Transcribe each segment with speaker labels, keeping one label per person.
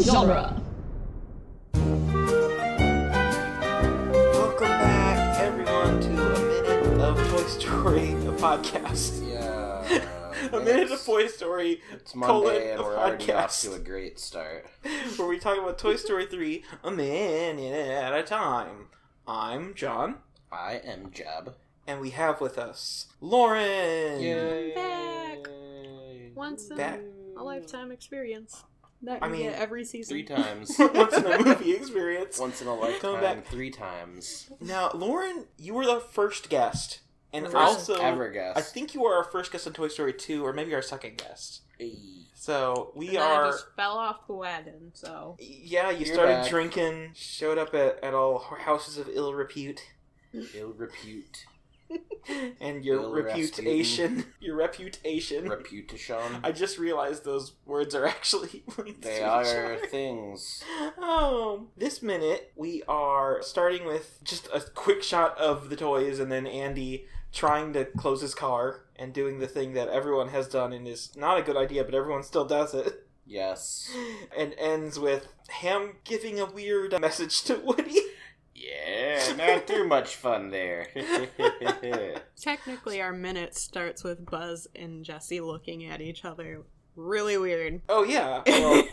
Speaker 1: genre.
Speaker 2: Welcome back, everyone, to a minute of Toy Story, the podcast.
Speaker 3: Yeah.
Speaker 2: A minute of
Speaker 3: it's-
Speaker 2: Toy Story,
Speaker 3: It's
Speaker 2: colon,
Speaker 3: Monday
Speaker 2: the
Speaker 3: and we're already off
Speaker 2: podcast.
Speaker 3: to a great start.
Speaker 2: where we talk about Toy Story 3 a minute at a time. I'm John,
Speaker 3: I am Jeb.
Speaker 2: and we have with us Lauren.
Speaker 1: back. Once in
Speaker 2: Back.
Speaker 1: a lifetime experience that
Speaker 2: I
Speaker 1: you
Speaker 2: mean,
Speaker 1: get every season.
Speaker 3: Three times.
Speaker 2: Once in a movie experience.
Speaker 3: Once in a lifetime.
Speaker 2: back.
Speaker 3: Three times.
Speaker 2: Now, Lauren, you were the first guest, and
Speaker 1: First
Speaker 2: also
Speaker 3: ever guest.
Speaker 2: I think you were our first guest on Toy Story 2, or maybe our second guest.
Speaker 3: Hey.
Speaker 2: So we
Speaker 1: And then
Speaker 2: are.
Speaker 1: I just fell off the wagon, so
Speaker 2: Yeah, you
Speaker 3: You're
Speaker 2: started
Speaker 3: back.
Speaker 2: drinking, showed up at, at all houses of ill repute,
Speaker 3: Ill repute.
Speaker 2: and your
Speaker 3: Ill
Speaker 2: reputation. Your reputation.
Speaker 3: Reputation.
Speaker 2: I just realized those words are actually linked to
Speaker 3: They
Speaker 2: each
Speaker 3: are
Speaker 2: other.
Speaker 3: things.
Speaker 2: Oh, this minute we are starting with just a quick shot of the toys, and then Andy trying to close his car and doing the thing that everyone has done and is not a good idea, but everyone still does it.
Speaker 3: Yes.
Speaker 2: And ends with Ham giving a weird message to Woody.
Speaker 3: Yeah, not too much fun there.
Speaker 1: technically our minute starts with Buzz and Jesse looking at each other. Really weird.
Speaker 2: Oh yeah.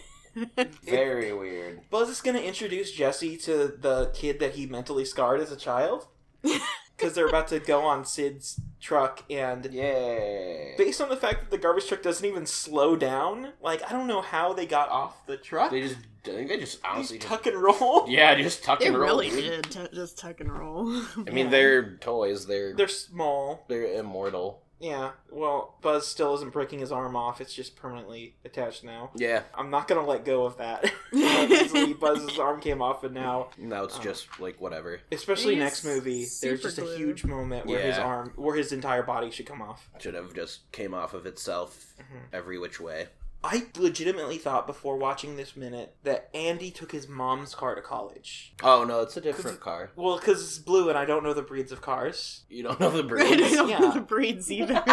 Speaker 2: Well,
Speaker 3: Very weird.
Speaker 2: Buzz is going to introduce Jesse to the kid that he mentally scarred as a child because they're about to go on Sid's truck and
Speaker 3: Yay.
Speaker 2: based on the fact that the garbage truck doesn't even slow down, like I don't know how they got off the truck.
Speaker 3: They
Speaker 2: They
Speaker 3: just, I think they just honestly just
Speaker 2: tuck and roll.
Speaker 3: Yeah, just tuck
Speaker 1: They
Speaker 3: and roll.
Speaker 1: really
Speaker 3: dude.
Speaker 1: did t- just tuck and roll.
Speaker 3: I mean,
Speaker 2: Yeah.
Speaker 3: they're toys. They're they're,
Speaker 2: They're small.
Speaker 3: immortal.
Speaker 2: Yeah. Well, Buzz still isn't breaking his arm off. It's just permanently attached now.
Speaker 3: Yeah.
Speaker 2: I'm not gonna let go of that. Easily, Buzz's arm came off, and now,
Speaker 3: Now it's
Speaker 2: Oh.
Speaker 3: just like whatever.
Speaker 2: especially
Speaker 1: He's
Speaker 2: next movie, there's
Speaker 1: super
Speaker 2: just a
Speaker 1: glued.
Speaker 2: huge moment where his
Speaker 3: Yeah.
Speaker 2: arm, where his entire body should come off.
Speaker 3: Should have just came off of itself
Speaker 2: Mhm.
Speaker 3: every which way.
Speaker 2: I legitimately thought before watching this minute that Andy took his mom's car to college.
Speaker 3: Oh no, it's a different
Speaker 2: different
Speaker 3: car.
Speaker 2: Well, because it's blue and I don't know the breeds of cars.
Speaker 3: You don't know the
Speaker 1: I
Speaker 3: breed.
Speaker 1: don't know
Speaker 2: Yeah.
Speaker 1: the breeds either.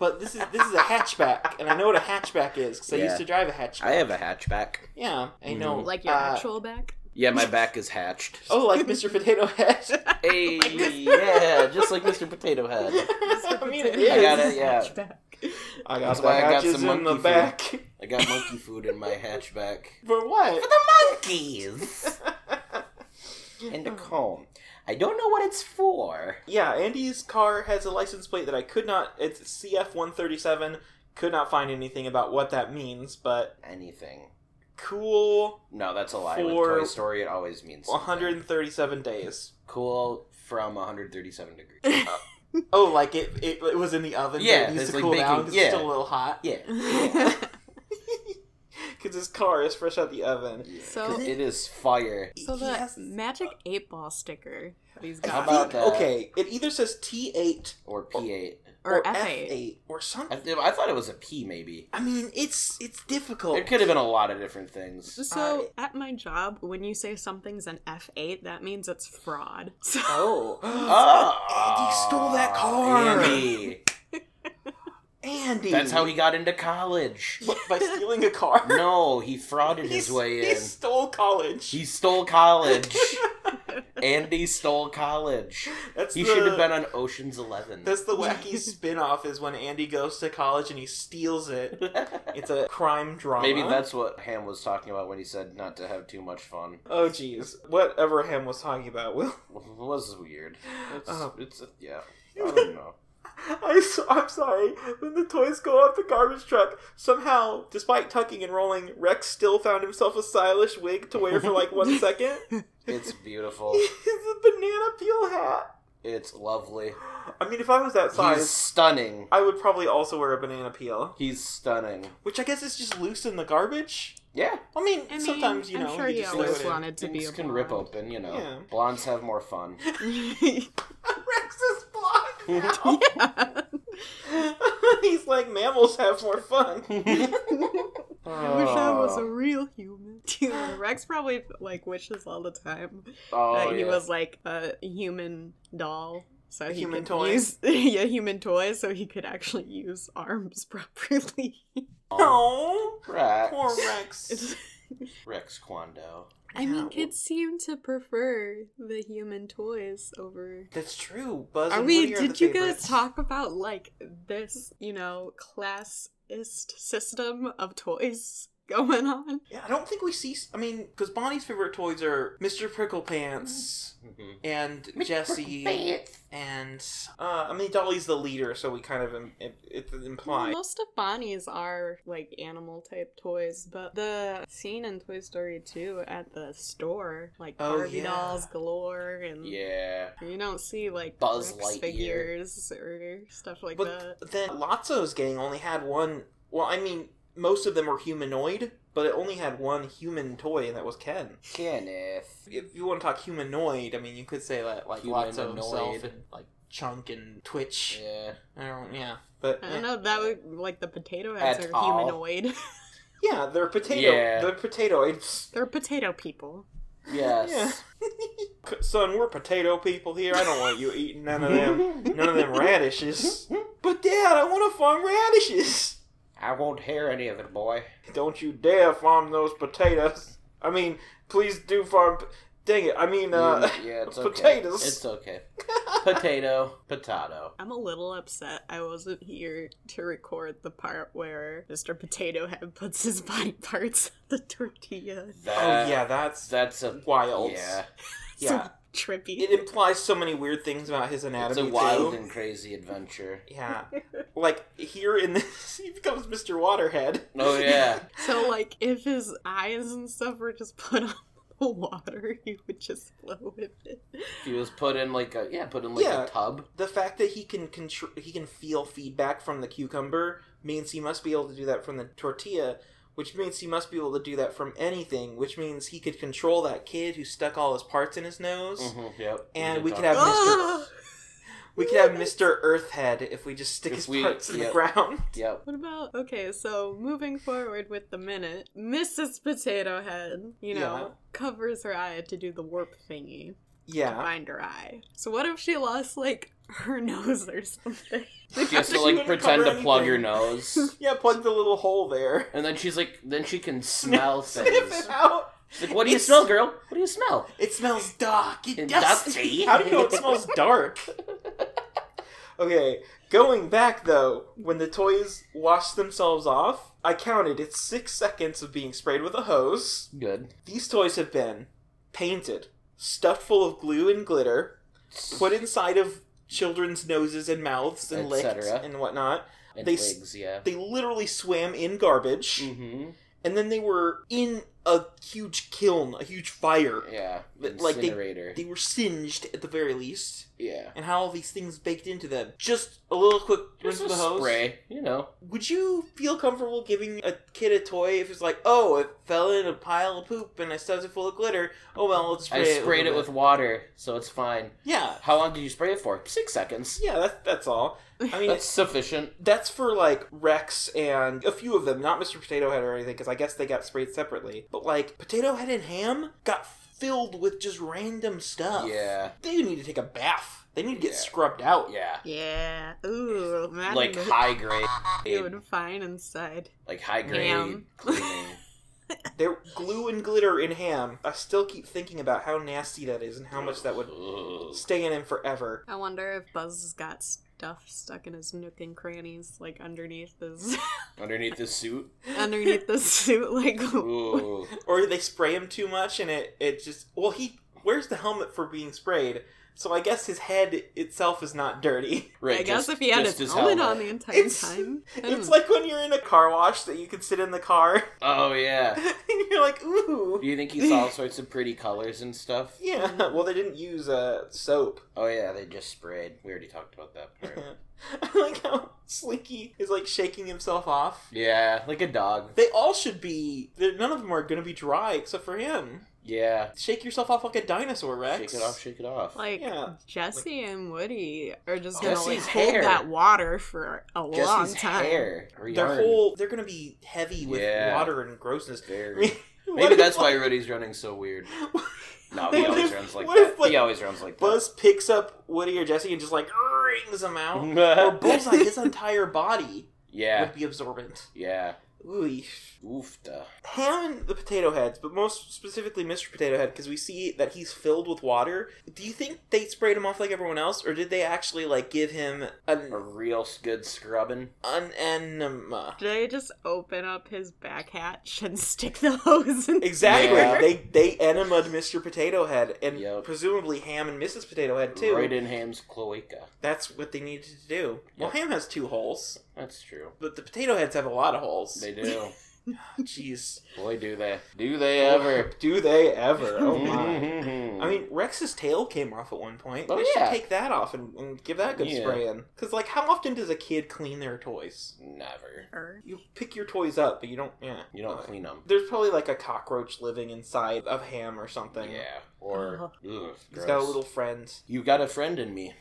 Speaker 2: But this is this is a hatchback, and I know what a hatchback is because I
Speaker 3: Yeah.
Speaker 2: used to drive a hatchback.
Speaker 3: I have a hatchback.
Speaker 2: yeah, I
Speaker 3: Mhm.
Speaker 2: know.
Speaker 1: like your
Speaker 2: uh,
Speaker 1: actual back.
Speaker 3: Yeah, my back is hatched.
Speaker 2: Oh, like Mr. Potato Head.
Speaker 3: hey, yeah, just like Mr. Potato Head.
Speaker 2: I mean, it
Speaker 1: Potato
Speaker 2: is.
Speaker 3: I got
Speaker 1: Head's
Speaker 3: it, yeah.
Speaker 1: hatchback.
Speaker 2: I got
Speaker 3: That's
Speaker 2: the
Speaker 3: why I got
Speaker 2: hatches
Speaker 3: some
Speaker 2: in the
Speaker 3: monkey food.
Speaker 2: back.
Speaker 3: I got monkey food in my hatchback.
Speaker 2: For what?
Speaker 3: the monkeys and the comb. I don't know what it's for.
Speaker 2: yeah, Andy's car has a license plate that I could not. It's CF one thirty seven. Could not find anything about what that means, but
Speaker 3: Anything.
Speaker 2: cool.
Speaker 3: No, that's a lie.
Speaker 2: For
Speaker 3: With Toy Story, it always means
Speaker 2: One
Speaker 3: something.
Speaker 2: hundred and thirty seven days.
Speaker 3: cool from 137 degrees. Uh,
Speaker 2: Oh, like it, it, it was in the oven.
Speaker 3: Yeah,
Speaker 2: but it needs
Speaker 3: it's
Speaker 2: to
Speaker 3: like
Speaker 2: cool down
Speaker 3: baking-
Speaker 2: 'cause
Speaker 3: yeah.
Speaker 2: it's still a little hot.
Speaker 3: yeah.
Speaker 2: Because his car is fresh out the oven.
Speaker 3: Yeah,
Speaker 1: So-
Speaker 3: 'cause it is fire.
Speaker 1: so
Speaker 2: He
Speaker 1: the
Speaker 2: has-
Speaker 1: magic eight ball sticker that he's
Speaker 2: I
Speaker 3: How
Speaker 1: got,
Speaker 2: think-
Speaker 3: about that?
Speaker 2: Okay, it either says T8
Speaker 3: Or P8.
Speaker 1: or,
Speaker 2: F8,
Speaker 1: F8.
Speaker 2: or
Speaker 3: I,
Speaker 2: something.
Speaker 3: th- I thought it was a P, maybe.
Speaker 2: I mean, it's it's difficult.
Speaker 3: It could have been a lot of different things.
Speaker 1: So at my job, when you say something's an F8, that means it's fraud. So
Speaker 2: Oh.
Speaker 3: Oh,
Speaker 2: Andy stole that car!
Speaker 3: Andy.
Speaker 2: Andy!
Speaker 3: That's how he got into college.
Speaker 2: What, by stealing a car?
Speaker 3: No, he frauded his
Speaker 2: He's-
Speaker 3: way
Speaker 2: He
Speaker 3: in.
Speaker 2: stole college.
Speaker 3: He stole college. Andy stole college.
Speaker 2: that's
Speaker 3: He
Speaker 2: the,
Speaker 3: should have been on Ocean's Eleven.
Speaker 2: That's the wacky spin off, is when Andy goes to college and he steals it. It's a crime drama.
Speaker 3: Maybe that's what Ham was talking about when he said not to have too much fun.
Speaker 2: Oh, jeez. Whatever Ham was talking about, Will.
Speaker 3: It was weird. It's,
Speaker 1: Uh-huh.
Speaker 2: Oh.
Speaker 3: it's yeah. I don't know.
Speaker 2: I, am sorry. When the toys go off the garbage truck, somehow, despite tucking and rolling, Rex still found himself a stylish wig to wear for like one second.
Speaker 3: It's beautiful.
Speaker 2: It's a banana peel hat.
Speaker 3: It's lovely.
Speaker 2: I mean, if I was that size,
Speaker 3: He's stunning.
Speaker 2: I would probably also wear a banana peel,
Speaker 3: He's stunning.
Speaker 2: which I guess is just loose in the garbage.
Speaker 3: Yeah.
Speaker 2: I mean,
Speaker 1: I mean,
Speaker 2: sometimes you know.
Speaker 1: I'm sure
Speaker 2: you
Speaker 1: he
Speaker 2: just
Speaker 1: always
Speaker 2: throw it in.
Speaker 1: wanted to be
Speaker 3: Things
Speaker 1: a
Speaker 3: can rip
Speaker 1: blonde.
Speaker 3: open, you know.
Speaker 2: Yeah.
Speaker 3: Blondes have more fun.
Speaker 2: Rex is blonde now.
Speaker 1: yeah.
Speaker 2: He's like mammals have more fun.
Speaker 1: I wish
Speaker 3: Oh,
Speaker 1: I
Speaker 3: Uh.
Speaker 1: was a real human. Dude, Rex probably like wishes all the time
Speaker 3: Oh,
Speaker 1: that he
Speaker 3: yeah.
Speaker 1: was like a human doll. So
Speaker 2: A
Speaker 1: he
Speaker 2: human
Speaker 1: could
Speaker 2: toy.
Speaker 1: use yeah, human toy, so he could actually use arms properly.
Speaker 3: Oh,
Speaker 2: Oh,
Speaker 3: Rex.
Speaker 2: poor Rex.
Speaker 1: It's-
Speaker 3: Rex Quando.
Speaker 1: I mean,
Speaker 2: Yeah,
Speaker 1: kids seem to prefer the human toys over.
Speaker 2: That's true. Buzz.
Speaker 1: Are
Speaker 2: and
Speaker 1: we?
Speaker 2: Woody are
Speaker 1: Did
Speaker 2: the
Speaker 1: you guys
Speaker 2: favorites.
Speaker 1: talk about like this? You know, classist system of toys going on.
Speaker 2: Yeah, I don't think we see. I mean, because Bonnie's favorite toys are Mr. Prickle Pants
Speaker 1: Mm-hmm.
Speaker 3: Mhm.
Speaker 2: and Jesse, and uh, I mean Dolly's the leader, so we kind of im- it, it
Speaker 1: Well,
Speaker 2: imply.
Speaker 1: most of Bonnie's are like animal type toys, but the scene in Toy Story 2 at the store, like
Speaker 2: Oh,
Speaker 1: Barbie
Speaker 2: yeah.
Speaker 1: dolls galore, and
Speaker 3: Yeah.
Speaker 1: you don't see like
Speaker 3: Buzz
Speaker 1: Rex
Speaker 3: Lightyear.
Speaker 1: figures or stuff like that.
Speaker 2: But then Lotso's gang only had one. Well, I mean, most of them were humanoid, but it only had one human toy, and that was Ken.
Speaker 3: Kenneth.
Speaker 2: If you want to talk humanoid, I mean, you could say that like Lotso himself,
Speaker 3: Humanoid.
Speaker 2: and, like Chunk and Twitch.
Speaker 3: Yeah.
Speaker 2: I don't. Yeah, but
Speaker 1: I
Speaker 2: eh.
Speaker 1: don't know, that would like the potato heads
Speaker 3: At
Speaker 1: are
Speaker 3: all.
Speaker 1: humanoid.
Speaker 2: yeah, they're potato.
Speaker 3: Yeah.
Speaker 2: They're potatoids.
Speaker 1: They're potato people.
Speaker 3: Yes.
Speaker 2: C- Son, we're potato people here. I don't want you eating none of them, none of them radishes. But Dad, I want to farm radishes.
Speaker 3: I won't hear any of it, boy.
Speaker 2: Don't you dare farm those potatoes. I mean, please do farm. p- Dang it! I mean, uh,
Speaker 3: Mm, yeah, it's okay.
Speaker 2: potatoes.
Speaker 3: It's okay. Potato. Potato.
Speaker 1: I'm a little upset I wasn't here to record the part where Mr. Potato Head puts his body parts on the tortilla.
Speaker 2: oh
Speaker 3: That,
Speaker 2: yeah, that's
Speaker 3: That's a
Speaker 2: wild.
Speaker 3: Yeah.
Speaker 2: yeah.
Speaker 1: So trippy.
Speaker 2: It implies so many weird things about his
Speaker 3: It's
Speaker 2: anatomy
Speaker 3: a wild
Speaker 2: too.
Speaker 3: and crazy adventure.
Speaker 2: Yeah, like here in this, he becomes Mr. Waterhead.
Speaker 3: Oh yeah.
Speaker 1: So like if his eyes and stuff were just put on the water, he would just flow with it.
Speaker 3: He was put in like a yeah, put in like
Speaker 2: Yeah.
Speaker 3: a tub.
Speaker 2: the fact that he can control he can feel feedback from the cucumber means he must be able to do that from the tortilla which means he must be able to do that from anything which means he could control that kid who stuck all his parts in his nose
Speaker 3: Mm-hmm, yep.
Speaker 2: And
Speaker 3: can
Speaker 2: we
Speaker 3: talk
Speaker 2: could have
Speaker 3: about-
Speaker 2: Mr.
Speaker 1: Ah!
Speaker 2: we could have mr earthhead if we just stick
Speaker 3: If
Speaker 2: his
Speaker 3: we-
Speaker 2: parts in
Speaker 3: yeah.
Speaker 2: the ground
Speaker 3: Yep.
Speaker 1: What about okay, so moving forward with the minute, Mrs. Potato Head, you know,
Speaker 2: Yeah.
Speaker 1: covers her eye to do the warp thingy to
Speaker 2: yeah
Speaker 1: find her eye. So what if she lost like her nose or something?
Speaker 3: She has to
Speaker 2: She
Speaker 3: like
Speaker 2: wouldn't
Speaker 3: pretend
Speaker 2: cover
Speaker 3: to plug
Speaker 2: anything.
Speaker 3: her nose,
Speaker 2: yeah plug the little hole there
Speaker 3: and then she's like, then she can smell
Speaker 2: sniff it
Speaker 3: things.
Speaker 2: out
Speaker 3: She's like, what do you
Speaker 2: It's-
Speaker 3: smell, girl? What do you smell?
Speaker 2: It smells dark and
Speaker 3: And
Speaker 2: dusty.
Speaker 3: dusty.
Speaker 2: How do you know it smells dark? okay, going back though, when the toys wash themselves off, I counted it's six seconds of being sprayed with a hose.
Speaker 3: Good.
Speaker 2: These toys have been painted, stuffed full of glue and glitter, put inside of children's noses and mouths and
Speaker 3: Et
Speaker 2: licked
Speaker 3: cetera.
Speaker 2: and whatnot.
Speaker 3: And
Speaker 2: They s-
Speaker 3: legs, yeah.
Speaker 2: They literally swam in garbage,
Speaker 3: Mm-hmm.
Speaker 2: and then they were in a huge kiln, a huge fire.
Speaker 3: Yeah.
Speaker 2: But, like, they-
Speaker 3: Incinerator.
Speaker 2: They were singed at the very least.
Speaker 3: yeah.
Speaker 2: and how all these things baked into them. Just a little quick rinse
Speaker 3: Just
Speaker 2: of
Speaker 3: a
Speaker 2: the hose.
Speaker 3: spray, you know.
Speaker 2: Would you feel comfortable giving a kid a toy if it's like, oh, it fell in a pile of poop and I stuffed it full of glitter? Oh well, let's spray
Speaker 3: I
Speaker 2: it. a
Speaker 3: sprayed it
Speaker 2: little
Speaker 3: with
Speaker 2: bit."
Speaker 3: water, so it's fine.
Speaker 2: yeah,
Speaker 3: How long did you spray it for? Six seconds.
Speaker 2: yeah. That's that's all. I mean,
Speaker 3: That's sufficient.
Speaker 2: that's for like Rex and a few of them, not Mr. Potato Head or anything, because I guess they got sprayed separately. But like Potato Head and Ham got filled with just random
Speaker 1: Oh.
Speaker 2: stuff.
Speaker 3: Yeah.
Speaker 2: they need to take a bath. They need to get
Speaker 3: Yeah.
Speaker 2: scrubbed out.
Speaker 3: Yeah.
Speaker 1: yeah. Ooh, imagine
Speaker 3: Like
Speaker 1: what
Speaker 3: high grade.
Speaker 1: you would find inside.
Speaker 3: Like high grade
Speaker 1: Damn.
Speaker 3: cleaning.
Speaker 2: They're glue and glitter in ham. I still keep thinking about how nasty that is and how much that would
Speaker 3: Ugh.
Speaker 2: stay in him forever.
Speaker 1: I wonder if Buzz's got stuff stuck in his nook and crannies, like underneath his
Speaker 3: underneath the suit.
Speaker 1: underneath the suit, like
Speaker 3: Ooh.
Speaker 2: Or they spray him too much and it, it just. Well, he wears the helmet for being sprayed, so I guess his head itself is not dirty.
Speaker 3: Right,
Speaker 1: I guess
Speaker 3: just-
Speaker 1: if he had
Speaker 3: just
Speaker 1: his helmet on the entire
Speaker 2: It's-
Speaker 1: time, I don't
Speaker 2: It's
Speaker 1: know.
Speaker 2: like when you're in a car wash that you can sit in the car
Speaker 3: Oh yeah.
Speaker 2: and you're like, ooh.
Speaker 3: Do you think he saw all sorts of pretty colors and stuff?
Speaker 2: Yeah, well, they didn't use uh, soap.
Speaker 3: Oh yeah, they just sprayed. We already talked about that part.
Speaker 2: I like how Slinky is like shaking himself off.
Speaker 3: yeah, like a dog.
Speaker 2: They all should be. they're- None of them are going to be dry except for him.
Speaker 3: Yeah.
Speaker 2: Shake yourself off like a dinosaur, Rex.
Speaker 3: Shake it off, shake it off.
Speaker 1: like
Speaker 2: Yeah.
Speaker 1: Jesse and Woody are just gonna like
Speaker 3: Jesse's
Speaker 1: hold
Speaker 3: hair.
Speaker 1: that water for a
Speaker 3: Jesse's
Speaker 1: long time.
Speaker 3: hair. Her
Speaker 2: Their
Speaker 3: yarn.
Speaker 2: whole they're gonna be heavy with
Speaker 3: Yeah.
Speaker 2: water and grossness.
Speaker 3: Very-
Speaker 2: Maybe
Speaker 3: Maybe that's why Rudy's running so weird. No, he
Speaker 2: What
Speaker 3: always
Speaker 2: if-
Speaker 3: runs like
Speaker 2: what if,
Speaker 3: that.
Speaker 2: like,
Speaker 3: He always runs like that.
Speaker 2: Buzz picks up Woody or Jesse and just like wrings them out. or Bullseye, his entire body
Speaker 3: Mm-hmm. yeah,
Speaker 2: would be absorbent.
Speaker 3: yeah.
Speaker 2: Ooh.
Speaker 3: Oofta.
Speaker 2: Ham and the Potato Heads, but most specifically Mr. Potato Head, because we see that he's filled with water. Do you think they sprayed him off like everyone else, or did they actually like give him
Speaker 3: A
Speaker 2: an
Speaker 3: real s- good scrubbing.
Speaker 2: an enema?
Speaker 1: Did they just open up his back hatch and stick the hose in?
Speaker 2: Exactly.
Speaker 3: Yeah.
Speaker 2: They they enemaed Mr. Potato Head and
Speaker 3: Yep.
Speaker 2: presumably Ham and Mrs. Potato Head too.
Speaker 3: Right in Ham's cloaca.
Speaker 2: That's what they needed to do. Well,
Speaker 3: Yep.
Speaker 2: Ham has two holes,
Speaker 3: That's true.
Speaker 2: but the Potato Heads have a lot of holes.
Speaker 3: They do.
Speaker 2: Jeez,
Speaker 3: Boy, do they. Do they ever. Mm-hmm.
Speaker 2: do they ever? Oh my. I
Speaker 3: I
Speaker 2: mean, Rex's tail came off at one point.
Speaker 3: Oh,
Speaker 2: they should
Speaker 3: yeah.
Speaker 2: take that off and, and give that a good
Speaker 3: Yeah.
Speaker 2: spray in. Because, like, how often does a kid clean their toys?
Speaker 3: never.
Speaker 1: Or-
Speaker 2: You pick your toys up, but you don't. Yeah,
Speaker 3: You don't
Speaker 2: Uh,
Speaker 3: clean them.
Speaker 2: There's probably like a cockroach living inside of ham or something.
Speaker 3: Yeah. Or. Ugh,
Speaker 2: he's got a
Speaker 3: gross.
Speaker 2: little friend,
Speaker 3: You got a friend in me.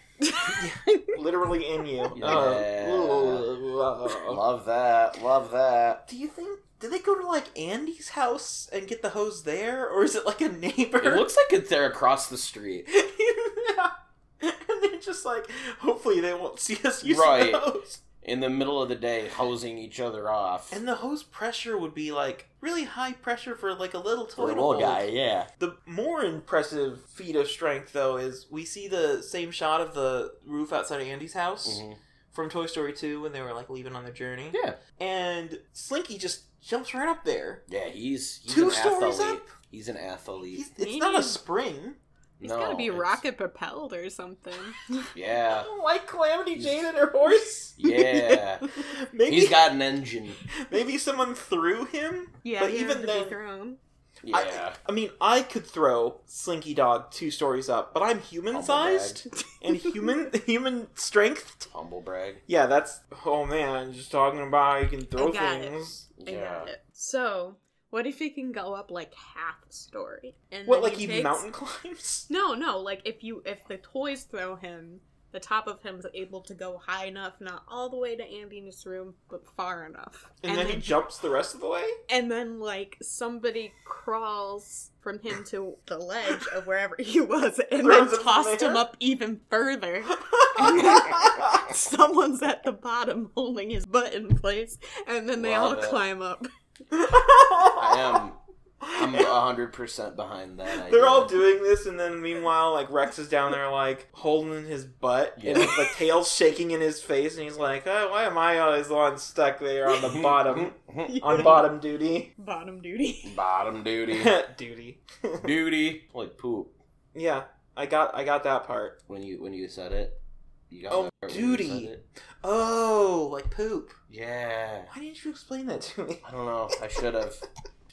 Speaker 2: literally in you. Oh,
Speaker 3: Yeah.
Speaker 2: Uh,
Speaker 3: Love that. Love that.
Speaker 2: do you think? Did they go to like Andy's house and get the hose there, or is it like a neighbor?
Speaker 3: It looks like it's there across the street.
Speaker 2: yeah. And they're just like, hopefully they won't see us using
Speaker 3: Right.
Speaker 2: the hose.
Speaker 3: In the middle of the day, hosing each other off.
Speaker 2: And the hose pressure would be like really high pressure for like a little toy
Speaker 3: For
Speaker 2: to
Speaker 3: an old
Speaker 2: hold.
Speaker 3: guy, yeah.
Speaker 2: The more impressive feat of strength, though, is we see the same shot of the roof outside of Andy's house
Speaker 3: Mhm.
Speaker 2: from Toy Story 2 when they were like leaving on their journey.
Speaker 3: Yeah.
Speaker 2: And Slinky just jumps right up there.
Speaker 3: Yeah, he's, he's
Speaker 2: Two
Speaker 3: an
Speaker 2: stories
Speaker 3: athlete.
Speaker 2: up?
Speaker 3: He's an athlete.
Speaker 2: He's, it's
Speaker 1: He
Speaker 2: not a
Speaker 1: needs-
Speaker 2: spring.
Speaker 1: He's
Speaker 3: no,
Speaker 1: gotta be
Speaker 3: it's-
Speaker 1: rocket propelled or something.
Speaker 2: I
Speaker 3: Yeah,
Speaker 2: don't like Calamity
Speaker 3: He's-
Speaker 2: Jane and her horse.
Speaker 3: yeah.
Speaker 2: maybe
Speaker 3: He's got an engine.
Speaker 2: maybe someone threw him.
Speaker 1: yeah,
Speaker 2: But
Speaker 1: he
Speaker 2: even
Speaker 1: had to
Speaker 2: then-
Speaker 1: be thrown.
Speaker 3: Yeah,
Speaker 2: I- I mean, I could throw Slinky Dog two stories up, but I'm human sized and human human strength.
Speaker 3: humble brag.
Speaker 2: Yeah, that's oh man, just talking about how you can throw
Speaker 1: I got it.
Speaker 2: things.
Speaker 1: I
Speaker 3: Yeah,
Speaker 1: got it. So, what if he can go up like half a story? And
Speaker 2: What
Speaker 1: then
Speaker 2: like he
Speaker 1: takes-
Speaker 2: mountain climbs?
Speaker 1: No, no. Like if you if the toys throw him, the top of him's able to go high enough, not all the way to Andy in his room, but far enough.
Speaker 2: And, then, he jumps the rest of the way?
Speaker 1: and then like somebody crawls from him to the ledge of wherever he was, and
Speaker 2: Throws
Speaker 1: then
Speaker 2: him from
Speaker 1: tossed him
Speaker 2: there?
Speaker 1: up even further. And then- Someone's at the bottom holding his butt in place, and then they
Speaker 3: Love
Speaker 1: all
Speaker 3: it.
Speaker 1: climb up.
Speaker 3: I am. I'm hundred percent behind that. Idea.
Speaker 2: They're all doing this, and then meanwhile, like Rex is down there, like holding his butt, and
Speaker 3: Yeah.
Speaker 2: the tail's shaking in his face, and he's like, oh, "Why am I always the one stuck there on the bottom, on bottom duty,
Speaker 1: Bottom duty.
Speaker 3: Bottom duty,
Speaker 2: duty?"
Speaker 3: duty like poop.
Speaker 2: Yeah, I got I got that part.
Speaker 3: When you when you said it, you got
Speaker 2: Oh,
Speaker 3: that part when you
Speaker 2: duty.
Speaker 3: said it?
Speaker 2: Oh, like poop.
Speaker 3: Yeah,
Speaker 2: Why didn't you explain that to me?
Speaker 3: I don't know. I should have.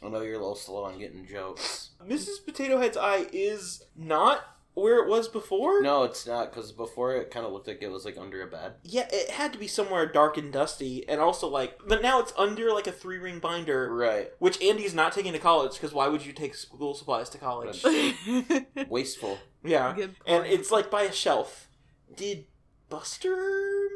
Speaker 3: I know you're a little slow on getting jokes.
Speaker 2: Mrs. Potato Head's eye is not where it was before.
Speaker 3: No, it's not because before it kind of looked like it was like under a bed.
Speaker 2: Yeah, it had to be somewhere dark and dusty, and also like, but now it's under like a three ring binder,
Speaker 3: Right.
Speaker 2: which Andy's not taking to college because why would you take school supplies to college?
Speaker 1: Good
Speaker 3: Wasteful.
Speaker 2: yeah,
Speaker 1: point.
Speaker 2: and it's like by a shelf. Did Buster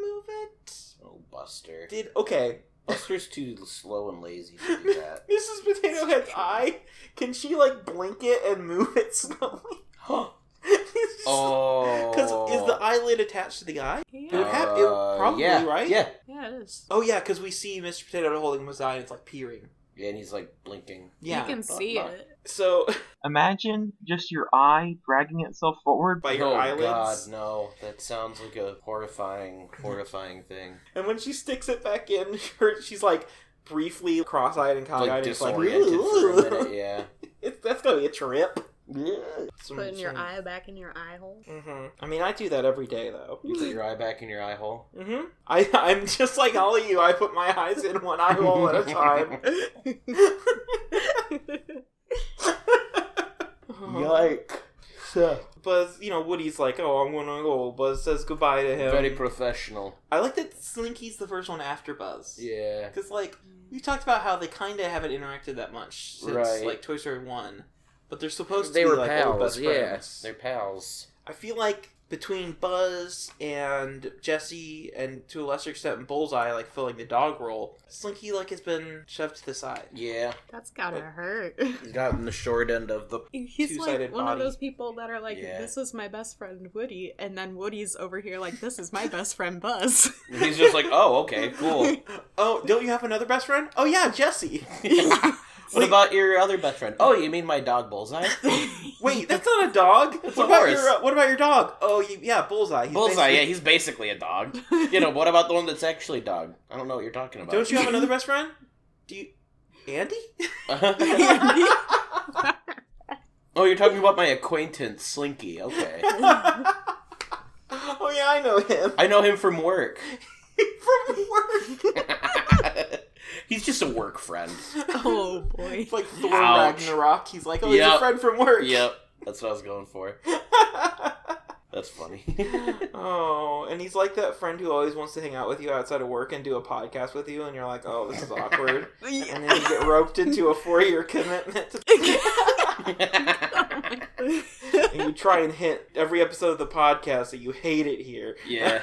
Speaker 2: move it?
Speaker 3: Oh, Buster.
Speaker 2: Did okay.
Speaker 3: Buster's too slow and lazy to do that.
Speaker 2: Mrs. Potato Head's eye, can she like blink it and move it slowly?
Speaker 3: oh.
Speaker 2: Because is the eyelid attached to the eye? It would
Speaker 1: yeah.
Speaker 2: have, it would probably,
Speaker 3: yeah,
Speaker 2: right?
Speaker 3: Yeah.
Speaker 1: yeah, it is.
Speaker 2: Oh yeah, because we see Mr. Potato Head holding his eye and it's like peering.
Speaker 3: Yeah, and he's like blinking.
Speaker 2: Yeah.
Speaker 1: you can see
Speaker 3: uh,
Speaker 1: it.
Speaker 2: So
Speaker 4: Imagine just your eye dragging itself forward.
Speaker 2: by your
Speaker 3: oh
Speaker 2: eyelids,
Speaker 3: God, no! That sounds like a horrifying, horrifying thing.
Speaker 2: and when she sticks it back in, her, she's like briefly cross-eyed and cockeyed.
Speaker 3: like
Speaker 2: and it's like,
Speaker 3: disoriented
Speaker 2: "Ooh."
Speaker 3: for a minute. Yeah.
Speaker 2: It's- that's gonna be a trip.
Speaker 1: Putting your eye back in your eye hole.
Speaker 2: hmm I mean, I do that every day though.
Speaker 3: You put your eye back in your eye hole.
Speaker 2: hmm I, I'm just like all of you. I put my eyes in one eyehole at a time. Uh-huh.
Speaker 3: Yike!
Speaker 2: Buzz, you know, Woody's like, oh, I'm gonna go. Buzz says goodbye to him.
Speaker 3: Very professional.
Speaker 2: I like that Slinky's the first one after Buzz.
Speaker 3: Yeah.
Speaker 2: Because, like, we talked about how they kind of haven't interacted that much since,
Speaker 3: Right.
Speaker 2: like, Toy Story 1. But they're supposed
Speaker 3: They
Speaker 2: to be,
Speaker 3: were
Speaker 2: like, old
Speaker 3: pals.
Speaker 2: best
Speaker 3: Yeah.
Speaker 2: friends.
Speaker 3: They're pals.
Speaker 2: I feel like between Buzz and Jesse, and to a lesser extent Bullseye, like filling the dog role, Slinky like has been shoved to the side.
Speaker 3: Yeah,
Speaker 1: That's gotta
Speaker 2: But-
Speaker 1: hurt.
Speaker 3: he's gotten the short end of the.
Speaker 1: He's like
Speaker 2: Two-sided
Speaker 1: one of
Speaker 2: body.
Speaker 1: those people that are like,
Speaker 3: Yeah.
Speaker 1: "This is my best friend Woody," and then Woody's over here like, "This is my best friend Buzz."
Speaker 3: He's just like, oh, okay, cool.
Speaker 2: Oh, don't you have another best friend? Oh yeah, Jesse.
Speaker 3: What about your other best friend? Oh, you mean my dog Bullseye?
Speaker 2: Wait, that's not a dog.
Speaker 3: That's
Speaker 2: what
Speaker 3: a
Speaker 2: about
Speaker 3: horse.
Speaker 2: your uh, What about your dog? Oh, you, yeah, Bullseye. He's
Speaker 3: Bullseye,
Speaker 2: basically-
Speaker 3: yeah, he's basically a dog. You know, what about the one that's actually dog? I don't know what you're talking about.
Speaker 2: Don't you have another best friend? Do you, Andy?
Speaker 3: oh, you're talking about my acquaintance, Slinky. Okay.
Speaker 2: oh yeah, I know him
Speaker 3: I know him from work.
Speaker 2: from work.
Speaker 3: he's just a work friend.
Speaker 1: oh boy.
Speaker 2: It's like Thor
Speaker 3: Ouch.
Speaker 2: Ragnarok. He's like, oh, he's
Speaker 3: Yep.
Speaker 2: a friend from work.
Speaker 3: Yep, that's what I was going for. That's funny.
Speaker 2: oh, and he's like that friend who always wants to hang out with you outside of work and do a podcast with you, and you're like, oh, this is awkward. and then you get roped into a four year commitment. and you try and hint every episode of the podcast that you hate it here.
Speaker 3: yeah,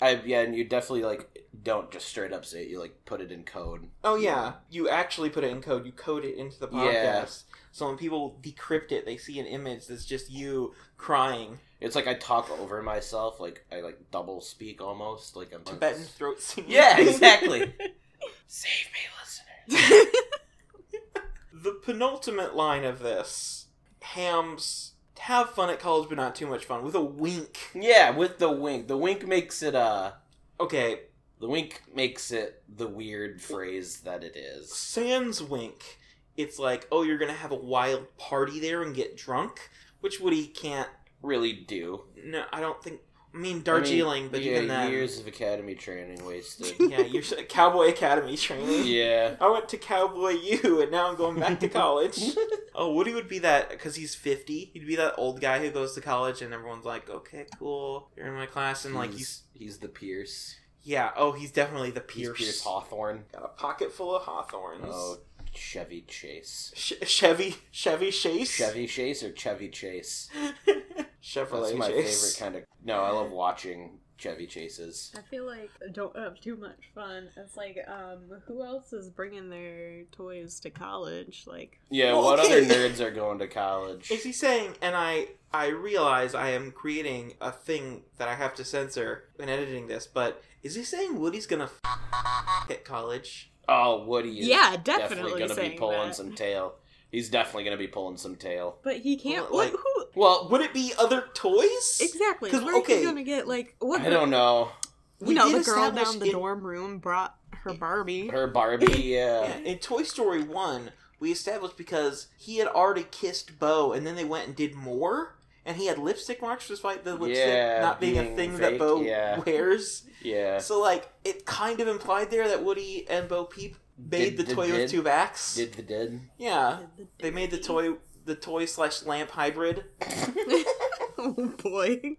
Speaker 3: I yeah, and you definitely like don't just straight up say it. You like put it in code.
Speaker 2: oh, yeah. You actually put it in code, you code it into the podcast.
Speaker 3: Yeah.
Speaker 2: So when people decrypt it, they see an image that's just you crying.
Speaker 3: It's like I talk over myself, like I like double speak almost, like I'm
Speaker 2: Tibetan throat singing.
Speaker 3: Yeah, exactly. Save me, listener.
Speaker 2: The penultimate line of this hams have fun at college, but not too much fun, with a wink.
Speaker 3: Yeah, with the wink. The wink makes it uh
Speaker 2: Okay,
Speaker 3: the wink makes it the weird phrase that it is.
Speaker 2: Sans wink. It's like, oh, you're gonna have a wild party there and get drunk, which Woody can't.
Speaker 3: Really do.
Speaker 2: No, I don't think. I mean,
Speaker 3: I mean,
Speaker 2: Darjeeling, but
Speaker 3: yeah,
Speaker 2: even then,
Speaker 3: years of academy training wasted.
Speaker 2: yeah, you're s- Cowboy Academy training.
Speaker 3: yeah.
Speaker 2: I went to Cowboy U, and now I'm going back to college. oh, Woody would be that because he's 50. He'd be that old guy who goes to college, and everyone's like, "Okay, cool, you're in my class," and like, he's
Speaker 3: he's he's the Pierce.
Speaker 2: yeah, oh, he's definitely the
Speaker 3: He's
Speaker 2: Pierce.
Speaker 3: Pierce Hawthorne.
Speaker 2: Got a pocket full of Hawthorns.
Speaker 3: Oh, Chevy Chase.
Speaker 2: Sh- Chevy, Chevy Chase,
Speaker 3: Chevy Chase or Chevy Chase?
Speaker 2: Chevrolet
Speaker 3: That's my
Speaker 2: Chase.
Speaker 3: favorite kind of. No, I love watching Chevy Chases.
Speaker 1: I feel like don't have too much fun. It's like, um, who else is bringing their toys to college? Like,
Speaker 3: Yeah,
Speaker 2: Well,
Speaker 3: what
Speaker 2: okay.
Speaker 3: other nerds are going to college?
Speaker 2: Is he saying? And I, I realize I am creating a thing that I have to censor when editing this. But is he saying Woody's gonna f- at college?
Speaker 3: Oh, Woody is
Speaker 1: yeah,
Speaker 3: definitely,
Speaker 1: definitely,
Speaker 3: going to
Speaker 1: saying
Speaker 3: be pulling
Speaker 1: that.
Speaker 3: some tail. He's definitely going to be pulling some tail.
Speaker 1: But he can't.
Speaker 2: Well, like-
Speaker 1: what, who
Speaker 3: Well,
Speaker 2: Would it be other toys?
Speaker 1: exactly?
Speaker 2: 'Cause,
Speaker 1: Where are
Speaker 2: okay.
Speaker 1: you gonna get like what?
Speaker 3: I don't know.
Speaker 1: you know, the girl
Speaker 2: establish
Speaker 1: down the
Speaker 2: in-
Speaker 1: dorm room brought her Barbie.
Speaker 3: Her Barbie,
Speaker 2: Yeah,
Speaker 3: yeah.
Speaker 2: in Toy Story One, we established because he had already kissed Bo, and then they went and did more. And he had lipstick marks despite the lipstick
Speaker 3: Yeah,
Speaker 2: not being,
Speaker 3: being
Speaker 2: a thing
Speaker 3: fake,
Speaker 2: that Bo
Speaker 3: yeah.
Speaker 2: wears.
Speaker 3: Yeah.
Speaker 2: So like it kind of implied there that Woody and Bo Peep made
Speaker 3: Did-
Speaker 2: the
Speaker 3: did-
Speaker 2: toy
Speaker 3: did-
Speaker 2: with two backs.
Speaker 3: Did the did.
Speaker 2: yeah, they made the toy the toy slash lamp hybrid.
Speaker 1: oh boy.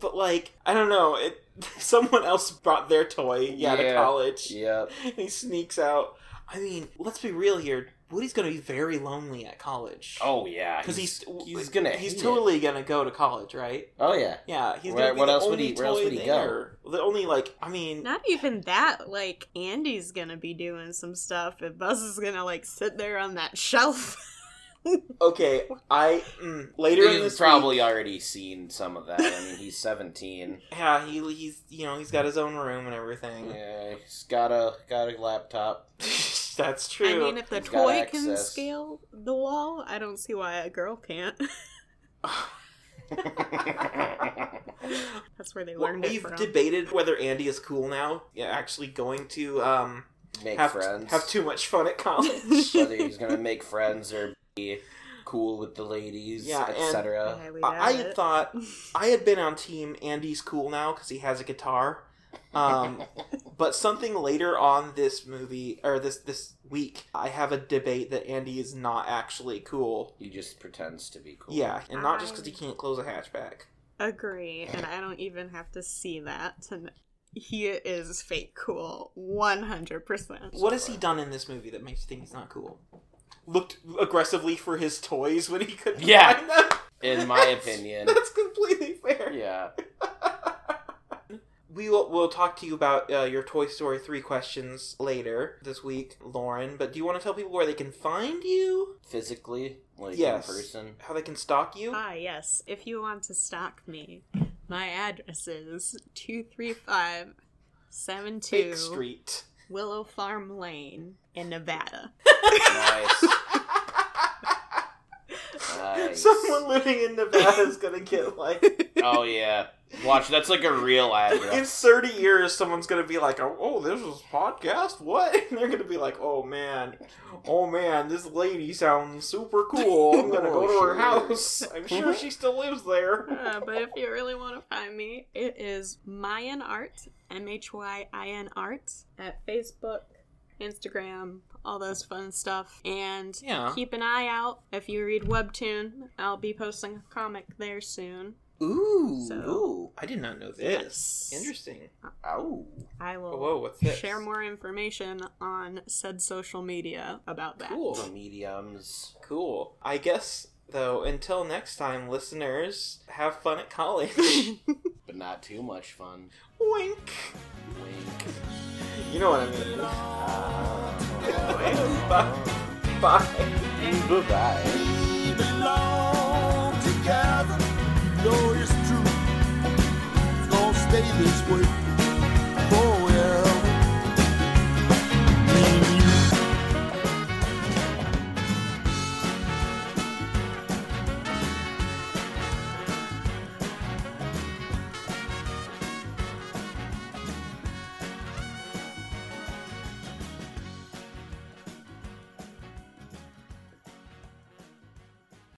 Speaker 2: But like I don't know, it someone else brought their toy yeah, to
Speaker 3: Yeah.
Speaker 2: college.
Speaker 3: Yep.
Speaker 2: And he sneaks out. I mean, let's be real here. Woody's gonna be very lonely at college.
Speaker 3: Oh, yeah.
Speaker 2: because he's
Speaker 3: he's gonna
Speaker 2: he's
Speaker 3: hate it.
Speaker 2: totally gonna go to college, right?
Speaker 3: Oh, yeah.
Speaker 2: Yeah, he's
Speaker 3: Where-
Speaker 2: gonna be
Speaker 3: what
Speaker 2: the
Speaker 3: else would
Speaker 2: only
Speaker 3: he-
Speaker 2: toy
Speaker 3: where else would he go?
Speaker 2: there. The only like I mean,
Speaker 1: Not even that. Like Andy's gonna be doing some stuff, and Buzz is gonna like sit there on that shelf.
Speaker 2: okay. I mm, later in
Speaker 3: He's
Speaker 2: this
Speaker 3: probably already seen some of that. I mean, he's 17.
Speaker 2: Yeah, he, he's you know he's got his own room and everything.
Speaker 3: Yeah, he's got a got a laptop.
Speaker 2: That's true.
Speaker 1: I mean, if the
Speaker 3: He's got
Speaker 1: toy can
Speaker 3: access.
Speaker 1: scale the wall, I don't see why a girl can't. That's where they
Speaker 2: Well,
Speaker 1: learned it
Speaker 2: we've
Speaker 1: from.
Speaker 2: debated whether Andy is cool now. Yeah, actually going to um
Speaker 3: make
Speaker 2: have
Speaker 3: friends.
Speaker 2: have too much fun at college.
Speaker 3: Whether
Speaker 2: uh,
Speaker 3: he's gonna make friends or be cool with the ladies,
Speaker 2: Yeah, and- uh,
Speaker 3: etc.
Speaker 1: Highly doubt
Speaker 2: I, I had
Speaker 1: it.
Speaker 2: thought I had been on team Andy's cool now because he has a guitar. Um, but something later on this movie or this this week, I have a debate that Andy is not actually cool.
Speaker 3: He just pretends to be cool.
Speaker 2: Yeah, and not just because he can't close a hatchback.
Speaker 1: Agree, and I don't even have to see that. To kn- he is fake cool, one hundred percent.
Speaker 2: What has he done in this movie that makes you think he's not cool? looked aggressively for his toys when he couldn't
Speaker 3: Yeah.
Speaker 2: find them.
Speaker 3: in my opinion.
Speaker 2: That's completely fair.
Speaker 3: Yeah.
Speaker 2: We will we'll talk to you about uh, your Toy Story 3 questions later this week, Lauren. But do you want to tell people where they can find you?
Speaker 3: Physically, like
Speaker 2: Yes.
Speaker 3: in person.
Speaker 2: How they can stalk you?
Speaker 1: Ah, yes. If you want to stalk me, my address is 235
Speaker 2: Fake
Speaker 1: 72
Speaker 2: Street.
Speaker 1: Willow Farm Lane in Nevada.
Speaker 3: Nice. nice.
Speaker 2: Someone living in Nevada is gonna get like
Speaker 3: Oh yeah. Watch, that's like a real
Speaker 2: in
Speaker 3: address.
Speaker 2: thirty years. Someone's gonna be like, "Oh, oh, this is a podcast. What?" And they're gonna be like, "Oh man, oh man, this lady sounds super cool. I'm gonna go to her house. I'm sure she still lives there."
Speaker 1: Uh, but if you really want to find me, it is Mayan Art, M H Y I N Art, at Facebook, Instagram, all those fun stuff. And
Speaker 2: Yeah.
Speaker 1: keep an eye out. If you read Webtoon, I'll be posting a comic there soon.
Speaker 3: Ooh.
Speaker 1: So-
Speaker 3: Ooh.
Speaker 2: I did not know
Speaker 1: Yes.
Speaker 2: this. Interesting.
Speaker 3: Ow.
Speaker 1: I will
Speaker 2: Oh, whoa, what's this?
Speaker 1: share more information on said social media about that.
Speaker 2: Cool.
Speaker 3: The mediums.
Speaker 2: Cool. I guess though. Until next time, listeners, have fun at college.
Speaker 3: But not too much fun.
Speaker 2: Wink.
Speaker 3: Wink.
Speaker 2: You know what I mean. Bye. Bye.
Speaker 3: Bye-bye.
Speaker 5: We belong together. You know it's true. It's gonna stay this way.